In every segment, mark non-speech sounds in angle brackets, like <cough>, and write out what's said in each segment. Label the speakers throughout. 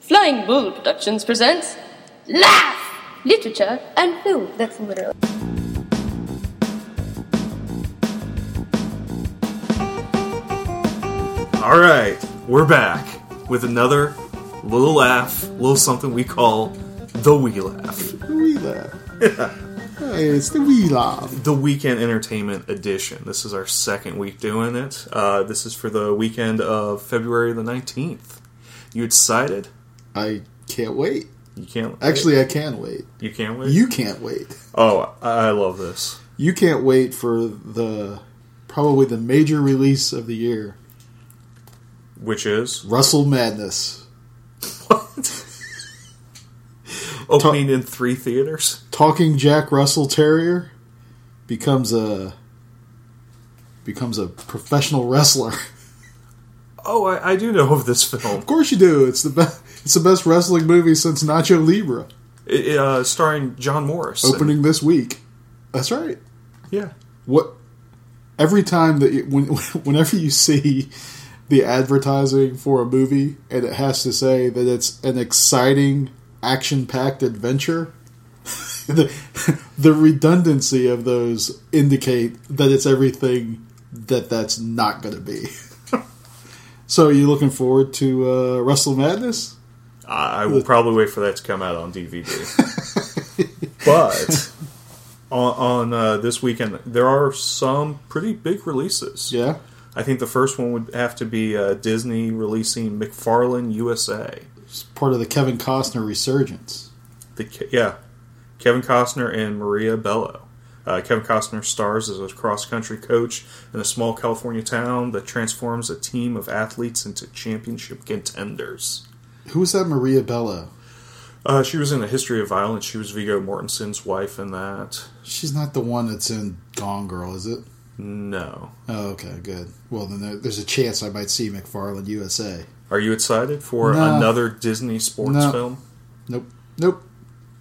Speaker 1: Flying Bull Productions presents Laugh! Literature and Film. That's literal.
Speaker 2: All right, we're back with another little laugh, little something we call the wee laugh,
Speaker 3: Wee laugh. Hey, it's the wee laugh.
Speaker 2: the weekend entertainment edition. This is our second week doing it. Uh, this is for the weekend of February the nineteenth. You excited?
Speaker 3: I can't wait.
Speaker 2: You can't wait.
Speaker 3: Actually, I can wait.
Speaker 2: You can't wait.
Speaker 3: You can't wait.
Speaker 2: oh, I I love this.
Speaker 3: You can't wait for the probably the major release of the year,
Speaker 2: Which is
Speaker 3: Russell Madness. <laughs>
Speaker 2: what? Opening in three theaters.
Speaker 3: Talking Jack Russell Terrier becomes a becomes a professional wrestler. <laughs>
Speaker 2: Oh, I, I do know of this film.
Speaker 3: Of course you do. It's the best. It's the best wrestling movie since Nacho Libre.
Speaker 2: It, it, uh, starring John Morris.
Speaker 3: Opening this week. That's right.
Speaker 2: Yeah.
Speaker 3: what every time that you, when, <laughs> whenever you see the advertising for a movie and it has to say that it's an exciting action-packed adventure <laughs> the, <laughs> the redundancy of those indicate that it's everything that that's not going to be <laughs> so you looking forward to uh, wrestle madness
Speaker 2: I I will probably wait for that to come out on DVD. but on, on uh, this weekend, there are some pretty big releases.
Speaker 3: yeah
Speaker 2: I think the first one would have to be uh, Disney releasing McFarlane USA.
Speaker 3: it's part of the kevin costner resurgence
Speaker 2: The Ke- yeah, Kevin Costner and Maria Bello. Uh, Kevin Costner stars as a cross country coach in a small California town that transforms a team of athletes into championship contenders.
Speaker 3: who was that maria bello
Speaker 2: Uh, she was in A History of Violence. She was Vigo Mortensen's wife in that.
Speaker 3: she's not the one that's in gone girl is it
Speaker 2: No.
Speaker 3: Oh, okay, good. Well, then there, there's a chance I might see McFarland USA.
Speaker 2: Are you excited for
Speaker 3: No.
Speaker 2: another Disney sports
Speaker 3: No.
Speaker 2: film?
Speaker 3: Nope, nope,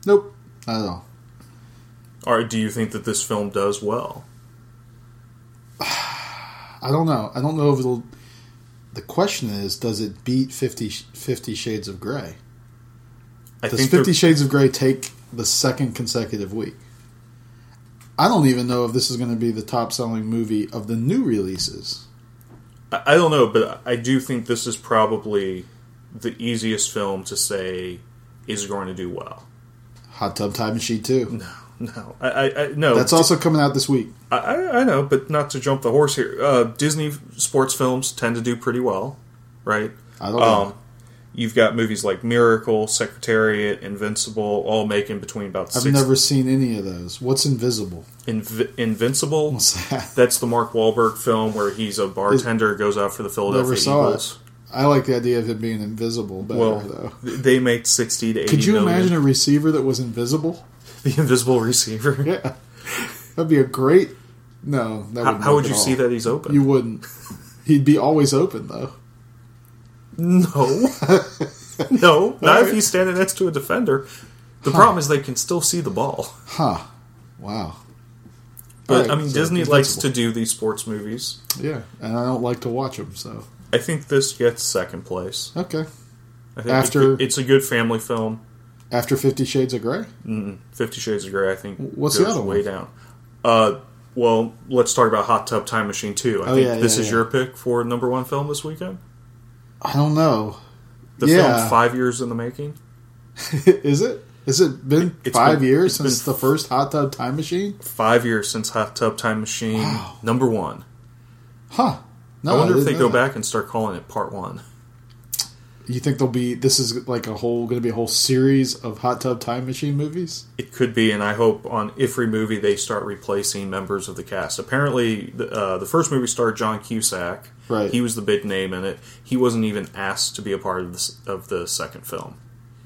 Speaker 3: nope. Not at all.
Speaker 2: Or do you think that this film does well?
Speaker 3: I don't know. I don't know if it'll. The question is, does it beat 50, 50 Shades of Grey?
Speaker 2: I
Speaker 3: Does
Speaker 2: think
Speaker 3: Fifty
Speaker 2: they're-
Speaker 3: Shades of Grey take the second consecutive week? I don't even know if this is going to be the top selling movie of the new releases.
Speaker 2: I I don't know, but I do think this is probably the easiest film to say is going to do well.
Speaker 3: Hot Tub Time Machine 2.
Speaker 2: No, I, I, I no.
Speaker 3: That's also coming out this week.
Speaker 2: I- I, I know, but not to jump the horse here. Uh, Disney sports films tend to do pretty well, right?
Speaker 3: I don't know.
Speaker 2: Um, you've got movies like Miracle, Secretariat, Invincible, all making between about
Speaker 3: I've
Speaker 2: six.
Speaker 3: never seen any of those. What's Invisible?
Speaker 2: Inv- Invincible.
Speaker 3: What's that?
Speaker 2: That's the Mark Wahlberg film where he's a bartender, goes out for the Philadelphia
Speaker 3: Never saw
Speaker 2: Eagles.
Speaker 3: I like the idea of him being invisible better,
Speaker 2: Well,
Speaker 3: though.
Speaker 2: th- they make sixty to eighty.
Speaker 3: Could you
Speaker 2: million.
Speaker 3: imagine a receiver that was invisible?
Speaker 2: <laughs>
Speaker 3: <laughs>
Speaker 2: the invisible receiver?
Speaker 3: Yeah, that'd be a great. No, that
Speaker 2: How,
Speaker 3: wouldn't
Speaker 2: how
Speaker 3: work
Speaker 2: would
Speaker 3: at
Speaker 2: you
Speaker 3: all.
Speaker 2: see that he's open?
Speaker 3: You wouldn't. He'd be always open though.
Speaker 2: <laughs>
Speaker 3: <laughs>
Speaker 2: no, no, not if
Speaker 3: right.
Speaker 2: he's standing next to a defender. The problem is they can still see the ball.
Speaker 3: Huh. Wow.
Speaker 2: But
Speaker 3: Alright,
Speaker 2: I mean,
Speaker 3: so
Speaker 2: Disney
Speaker 3: it's
Speaker 2: likes to do these sports movies.
Speaker 3: Yeah, and I don't like to watch him. So
Speaker 2: I think this gets second place.
Speaker 3: okay.
Speaker 2: I think
Speaker 3: After-
Speaker 2: it- it's a good family film.
Speaker 3: After Fifty Shades of Grey,
Speaker 2: Fifty Shades of Grey, I think.
Speaker 3: What's
Speaker 2: goes
Speaker 3: the other
Speaker 2: way
Speaker 3: one?
Speaker 2: down? Uh, well, let's talk about Hot Tub Time Machine Two. I
Speaker 3: Oh,
Speaker 2: think
Speaker 3: yeah,
Speaker 2: this
Speaker 3: yeah,
Speaker 2: is
Speaker 3: yeah.
Speaker 2: your pick for number one film this weekend.
Speaker 3: I don't know. <laughs>
Speaker 2: The
Speaker 3: Yeah.
Speaker 2: film five years in the making.
Speaker 3: Is it? Has it been
Speaker 2: It's
Speaker 3: five
Speaker 2: been-
Speaker 3: years
Speaker 2: it's been
Speaker 3: since the first Hot Tub Time Machine?
Speaker 2: Five years since Hot Tub Time Machine number one.
Speaker 3: Huh. No,
Speaker 2: I wonder if
Speaker 3: didn't
Speaker 2: they
Speaker 3: know
Speaker 2: go
Speaker 3: that.
Speaker 2: back and start calling it Part One.
Speaker 3: You think there'll be this is like a whole going to be a whole series of Hot Tub Time Machine movies?
Speaker 2: It could be, and I hope on every movie they start replacing members of the cast. Apparently, the, uh, the first movie starred John Cusack.
Speaker 3: Right.
Speaker 2: He was the big name in it. He wasn't even asked to be a part of the, of the second film.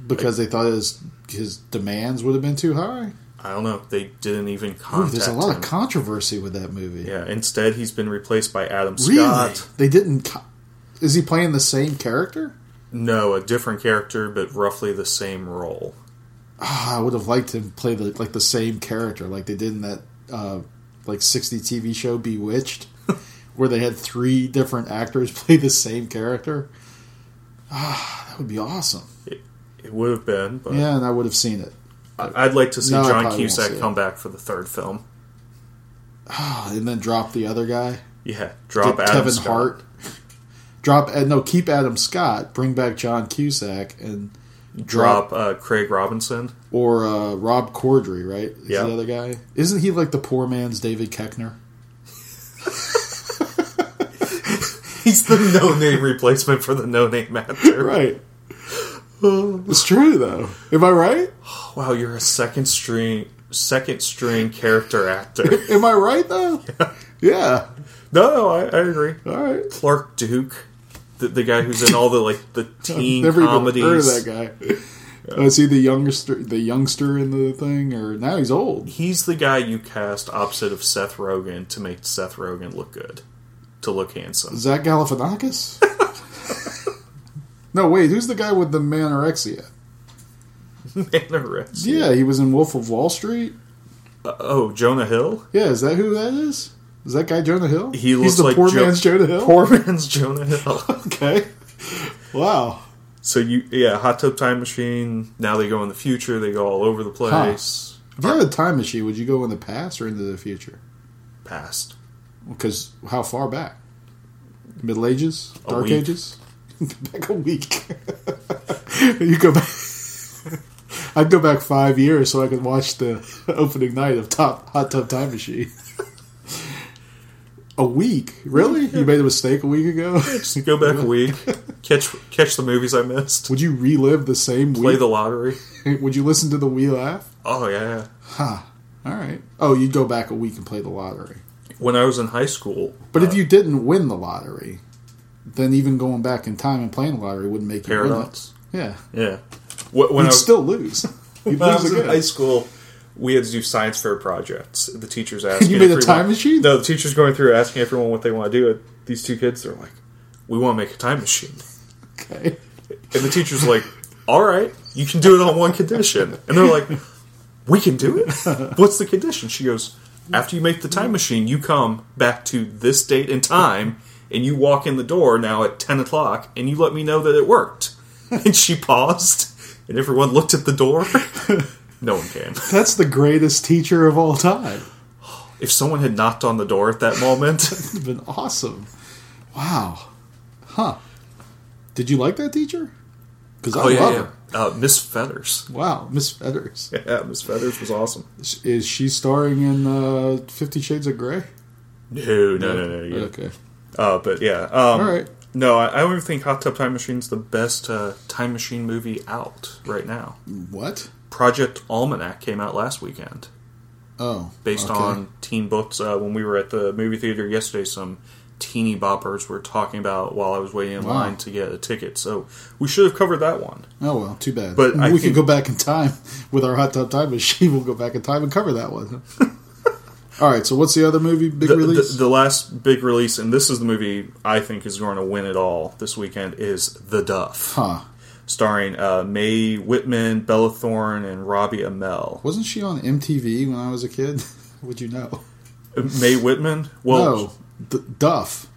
Speaker 3: because they thought his his demands would have been too high.
Speaker 2: I don't know. They didn't even
Speaker 3: Ooh,
Speaker 2: contact
Speaker 3: there's a lot
Speaker 2: him.
Speaker 3: of controversy with that movie.
Speaker 2: yeah. Instead, he's been replaced by Adam
Speaker 3: really,
Speaker 2: Scott.
Speaker 3: they didn't. Co- is he playing the same character?
Speaker 2: No, a different character, but roughly the same role.
Speaker 3: Ah, I would have liked him to play the like the same character, like they did in that uh, like sixty TV
Speaker 2: <laughs>
Speaker 3: show Bewitched, where they had <laughs> three different actors play the same character. Ah, that would be awesome.
Speaker 2: It, It would have been, but
Speaker 3: Yeah, and I would have seen it.
Speaker 2: I- I'd like to see
Speaker 3: No, I
Speaker 2: John
Speaker 3: probably won't see
Speaker 2: Cusack
Speaker 3: it.
Speaker 2: come back for the third film.
Speaker 3: Ah, and then drop the other guy.
Speaker 2: Yeah, drop
Speaker 3: Get
Speaker 2: Adam
Speaker 3: Kevin
Speaker 2: Scott.
Speaker 3: Hart. Drop Ed- no, keep Adam Scott. Bring back John Cusack and drop,
Speaker 2: drop uh, Craig Robinson. <laughs>
Speaker 3: or uh, Rob Corddry. Right? Is
Speaker 2: Yeah.
Speaker 3: the other guy? Isn't he like the poor man's David Keckner?
Speaker 2: He's the no name replacement for the no name actor.
Speaker 3: <laughs> Right. Uh, it's true though. Am I right?
Speaker 2: Wow, you're a second string second string character actor. <laughs>
Speaker 3: Am I right though? Yeah.
Speaker 2: no, no, I, I agree.
Speaker 3: All right.
Speaker 2: Clark Duke, the, the guy who's in all the like
Speaker 3: <laughs>
Speaker 2: the teen
Speaker 3: Never
Speaker 2: comedies.
Speaker 3: even heard of that guy. Uh, Is he the youngster? The youngster in the thing, or now he's old?
Speaker 2: He's the guy you cast opposite of Seth Rogen to make Seth Rogen look good, to look handsome. <laughs>
Speaker 3: Zach Galifianakis? no, wait. Who's the guy with the manorexia?
Speaker 2: Manorexia.
Speaker 3: Yeah, he was in Wolf of Wall Street.
Speaker 2: Uh, oh, Jonah Hill.
Speaker 3: Yeah, is that who that is? Is that guy Jonah Hill?
Speaker 2: He
Speaker 3: he's
Speaker 2: looks
Speaker 3: the
Speaker 2: like
Speaker 3: poor
Speaker 2: Jo-
Speaker 3: man's Jonah Hill.
Speaker 2: Poor <laughs> man's Jonah Hill.
Speaker 3: Okay. Wow.
Speaker 2: so you, yeah, Hot Tub Time Machine. Now they go in the future. They go all over the place.
Speaker 3: If you had a time machine, would you go in the past or into the future?
Speaker 2: Past.
Speaker 3: Because how far back? Middle Ages,
Speaker 2: A
Speaker 3: Dark
Speaker 2: week.
Speaker 3: Ages. <laughs> back a week. <laughs> you go back. <laughs> I'd go back five years so I could watch the <laughs> opening night of Top Hot Tub Time Machine. <laughs> a week, really? You made a mistake a week ago. <laughs>
Speaker 2: Just go back a week. Catch catch the movies I missed.
Speaker 3: Would you relive the same
Speaker 2: Play
Speaker 3: week?
Speaker 2: the lottery.
Speaker 3: <laughs> Would you listen to the We Laugh?
Speaker 2: Oh yeah.
Speaker 3: All right. Oh, you'd go back a week and play the lottery.
Speaker 2: When I was in high school,
Speaker 3: But if you didn't win the lottery, then even going back in time and playing the lottery wouldn't make you
Speaker 2: paradox.
Speaker 3: win it. Yeah.
Speaker 2: Yeah. Wh- When I
Speaker 3: You'd
Speaker 2: was,
Speaker 3: still
Speaker 2: <laughs>
Speaker 3: lose. You'd
Speaker 2: when I was
Speaker 3: lose
Speaker 2: in high
Speaker 3: again.
Speaker 2: school, we had to do science fair projects. The teachers asking
Speaker 3: <laughs> You made a
Speaker 2: everyone-
Speaker 3: time machine?
Speaker 2: No, the teachers going through asking everyone what they want to do. And these two kids, they're like, "We want to make a time machine,"
Speaker 3: Okay.
Speaker 2: and the teacher's like, "All right, you can do it on one condition," and they're like, "We can do it. What's the condition?" She goes, "After you make the time machine, you come back to this date and time." And you walk in the door now at 10 o'clock and you let me know that it worked. And she paused and everyone looked at the door. <laughs> No one came.
Speaker 3: That's the greatest teacher of all time.
Speaker 2: If someone had knocked on the door at that moment,
Speaker 3: It's been awesome. Wow. Huh. Did you like that teacher? Because I
Speaker 2: oh yeah,
Speaker 3: love
Speaker 2: yeah. Uh, Miss Feathers.
Speaker 3: <laughs> her. Wow, Miss Feathers.
Speaker 2: Yeah, Miss Feathers was awesome.
Speaker 3: Is she starring in uh, Fifty Shades of Grey?
Speaker 2: No, no, no, no. yeah.
Speaker 3: Okay.
Speaker 2: Uh, but yeah, um,
Speaker 3: All right.
Speaker 2: No, I, I don't even think Hot Tub Time Machine's the best uh, time machine movie out right now.
Speaker 3: What?
Speaker 2: Project Almanac came out last weekend,
Speaker 3: Oh.
Speaker 2: based
Speaker 3: okay.
Speaker 2: on teen books. Uh, when we were at the movie theater yesterday, some teeny boppers were talking about while I was waiting in
Speaker 3: Wow.
Speaker 2: line to get a ticket. So we should have covered that one.
Speaker 3: Oh well, too bad.
Speaker 2: But
Speaker 3: we
Speaker 2: I
Speaker 3: can
Speaker 2: think-
Speaker 3: go back in time <laughs> with our hot tub time machine. <laughs> We'll go back in time and cover
Speaker 2: <laughs>
Speaker 3: that one. All right. So what's the other movie big
Speaker 2: the,
Speaker 3: release?
Speaker 2: The, the last big release, and this is the movie I think is going to win it all this weekend, is The Duff,
Speaker 3: huh?
Speaker 2: starring uh, Mae Whitman, Bella Thorne, and Robbie Amell.
Speaker 3: Wasn't she on MTV when I was a kid? <laughs> Would you know?
Speaker 2: Uh, Mae Whitman? Well,
Speaker 3: no, D- Duff.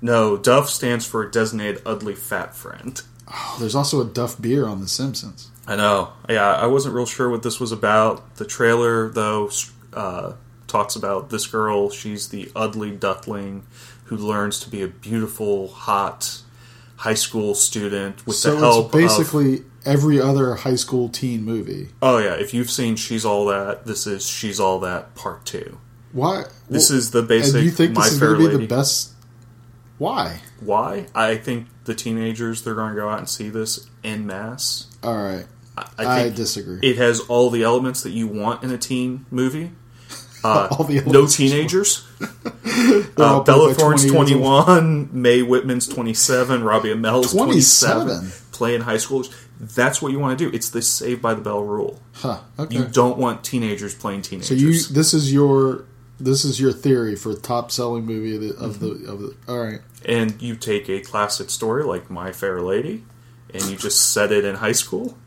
Speaker 2: no. Duff stands for Designated Ugly Fat Friend.
Speaker 3: Oh, there's also a Duff beer on The Simpsons.
Speaker 2: I know. Yeah, I wasn't real sure what this was about. The trailer, though, s- uh, talks about this girl. She's the ugly duckling who learns to be a beautiful, hot high school student with
Speaker 3: So
Speaker 2: the help
Speaker 3: it's
Speaker 2: of
Speaker 3: basically every other high school teen movie.
Speaker 2: Oh yeah, if you've seen She's All That, this is She's All That Part Two.
Speaker 3: Why?
Speaker 2: This
Speaker 3: well,
Speaker 2: is the
Speaker 3: and
Speaker 2: basic
Speaker 3: you think
Speaker 2: My
Speaker 3: this is
Speaker 2: Fair
Speaker 3: going to be
Speaker 2: Lady.
Speaker 3: the best? Why?
Speaker 2: Why? I think the teenagers they're going to go out and see this en masse.
Speaker 3: All right.
Speaker 2: I,
Speaker 3: I,
Speaker 2: I think
Speaker 3: disagree.
Speaker 2: it has all the elements that you want in a teen movie. Uh,
Speaker 3: All the
Speaker 2: no
Speaker 3: elements.
Speaker 2: teenagers.
Speaker 3: all
Speaker 2: uh,
Speaker 3: played
Speaker 2: Bella
Speaker 3: by
Speaker 2: Thorne's
Speaker 3: 20 years
Speaker 2: 21, Mae Whitman's 27, Robbie Amell's 27,
Speaker 3: 27?
Speaker 2: playing high schoolers. That's what you want to do. It's the Save by the Bell rule.
Speaker 3: Huh, okay.
Speaker 2: You don't want teenagers playing teenagers.
Speaker 3: So you this is your this is your theory for top selling movie of the of
Speaker 2: Mm-hmm.
Speaker 3: the, of the all right.
Speaker 2: and you take a classic story like My Fair Lady, and you just set it in high school,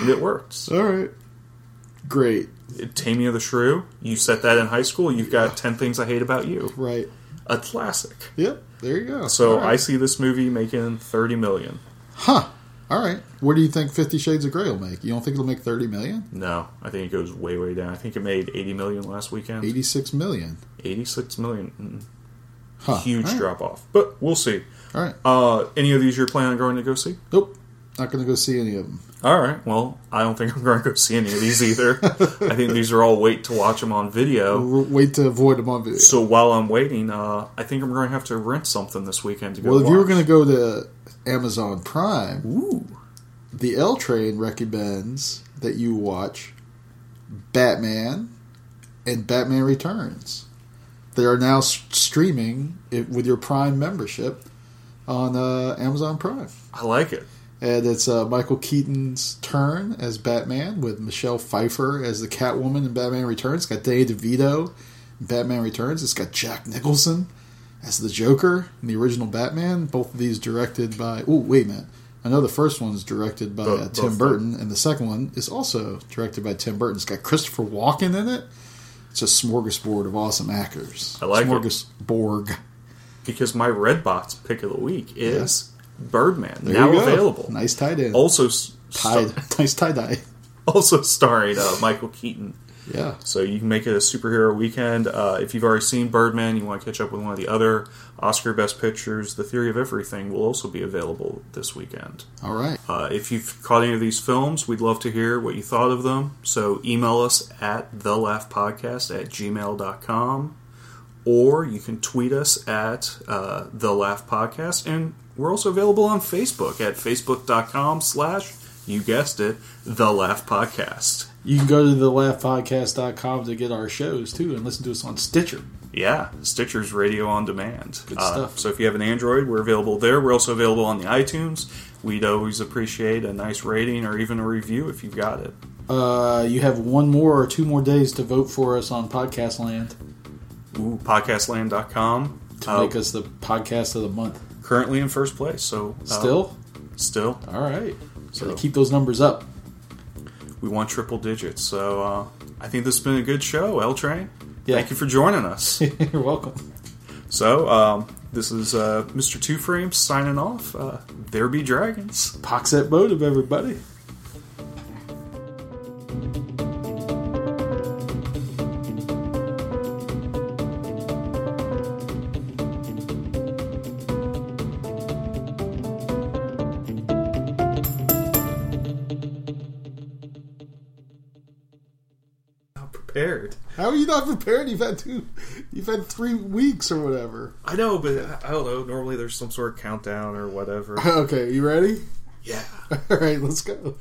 Speaker 2: and it works.
Speaker 3: All right. Great.
Speaker 2: Taming of the Shrew, you set that in high school, you've got Ten Things I Hate About You,
Speaker 3: Right.
Speaker 2: a classic.
Speaker 3: Yep. There you go.
Speaker 2: So
Speaker 3: All
Speaker 2: I
Speaker 3: right.
Speaker 2: see this movie making thirty million.
Speaker 3: Huh. All right. What do you think Fifty Shades of Grey will make? You don't think it'll make thirty million?
Speaker 2: No, I think it goes way, way down. I think it made 80 million last weekend.
Speaker 3: Eighty-six million.
Speaker 2: 86 million.
Speaker 3: Huh.
Speaker 2: Mm, Huge
Speaker 3: All right.
Speaker 2: drop off. But we'll see.
Speaker 3: All right.
Speaker 2: Uh, any of these you're planning on going to go see?
Speaker 3: Nope. Not going to go see any of them.
Speaker 2: All right. Well, I don't think I'm <laughs> going to go see any of these <laughs> either. I think these are all wait to watch them on video.
Speaker 3: We'll wait to avoid them on video.
Speaker 2: So while I'm waiting, uh, I think I'm going to have to rent something this weekend to go.
Speaker 3: well, if you were going
Speaker 2: watch.
Speaker 3: to go to Amazon Prime,
Speaker 2: ooh,
Speaker 3: the L Train recommends that you watch Batman and Batman Returns. They are now s- streaming it with your Prime membership on uh, Amazon Prime.
Speaker 2: I like it.
Speaker 3: And it's uh, Michael Keaton's turn as Batman with Michelle Pfeiffer as the Catwoman in Batman Returns. It's got Danny DeVito in Batman Returns. It's got Jack Nicholson as the Joker in the original Batman. Both of these directed by. Oh, wait a minute. I know the first one's directed by
Speaker 2: Both-
Speaker 3: uh,
Speaker 2: both
Speaker 3: Tim
Speaker 2: of
Speaker 3: Burton, and the second one is also directed by Tim Burton. It's got Christopher Walken in it. It's a smorgasbord of awesome actors.
Speaker 2: I like it.
Speaker 3: Smorgasbord.
Speaker 2: Because my Redbox pick of the week is Birdman,
Speaker 3: There
Speaker 2: now
Speaker 3: you go.
Speaker 2: available. Oh,
Speaker 3: Nice tie in.
Speaker 2: Also, s-
Speaker 3: Tied.
Speaker 2: sta-
Speaker 3: nice tie <laughs> dye.
Speaker 2: also starring uh, Michael Keaton.
Speaker 3: Yeah.
Speaker 2: So you can make it a superhero weekend. Uh, if you've already seen Birdman, you want to catch up with one of the other Oscar Best Pictures. The Theory of Everything will also be available this weekend.
Speaker 3: All right.
Speaker 2: Uh, if you've caught any of these films, we'd love to hear what you thought of them. So email us at thelaughpodcast at gmail.com or you can tweet us at uh, The Laugh Podcast. And we're also available on Facebook at facebook.com slash, you guessed it, The Laugh Podcast.
Speaker 3: You can go to the laughpodcast.com to get our shows too and listen to us on Stitcher.
Speaker 2: Yeah, Stitcher's Radio on Demand.
Speaker 3: Good
Speaker 2: Uh,
Speaker 3: stuff.
Speaker 2: so if you have an Android, we're available there. We're also available on the iTunes. We'd always appreciate a nice rating or even a review if you've got it.
Speaker 3: Uh, you have one more or two more days to vote for us on Podcast Land
Speaker 2: Ooh, podcastland.com.
Speaker 3: to
Speaker 2: Uh,
Speaker 3: make us the podcast of the month.
Speaker 2: currently in first place, so uh,
Speaker 3: Still?
Speaker 2: still,
Speaker 3: All right. So
Speaker 2: So-
Speaker 3: to keep those numbers up.
Speaker 2: we want triple digits. So uh, I think this has been a good show, L Train.
Speaker 3: Yeah.
Speaker 2: Thank you for joining
Speaker 3: <laughs>
Speaker 2: us.
Speaker 3: You're welcome.
Speaker 2: so um, this is uh, Mr. Two Frames signing off. Uh, there be dragons.
Speaker 3: Pox at Motive, everybody.
Speaker 2: Not prepared.
Speaker 3: How are you not prepared? You've had two, you've had three weeks or <laughs> whatever.
Speaker 2: I know, but I- I don't know. Normally
Speaker 3: <laughs>
Speaker 2: there's some sort of countdown or whatever.
Speaker 3: Okay, you ready?
Speaker 2: yeah.
Speaker 3: All right, let's go.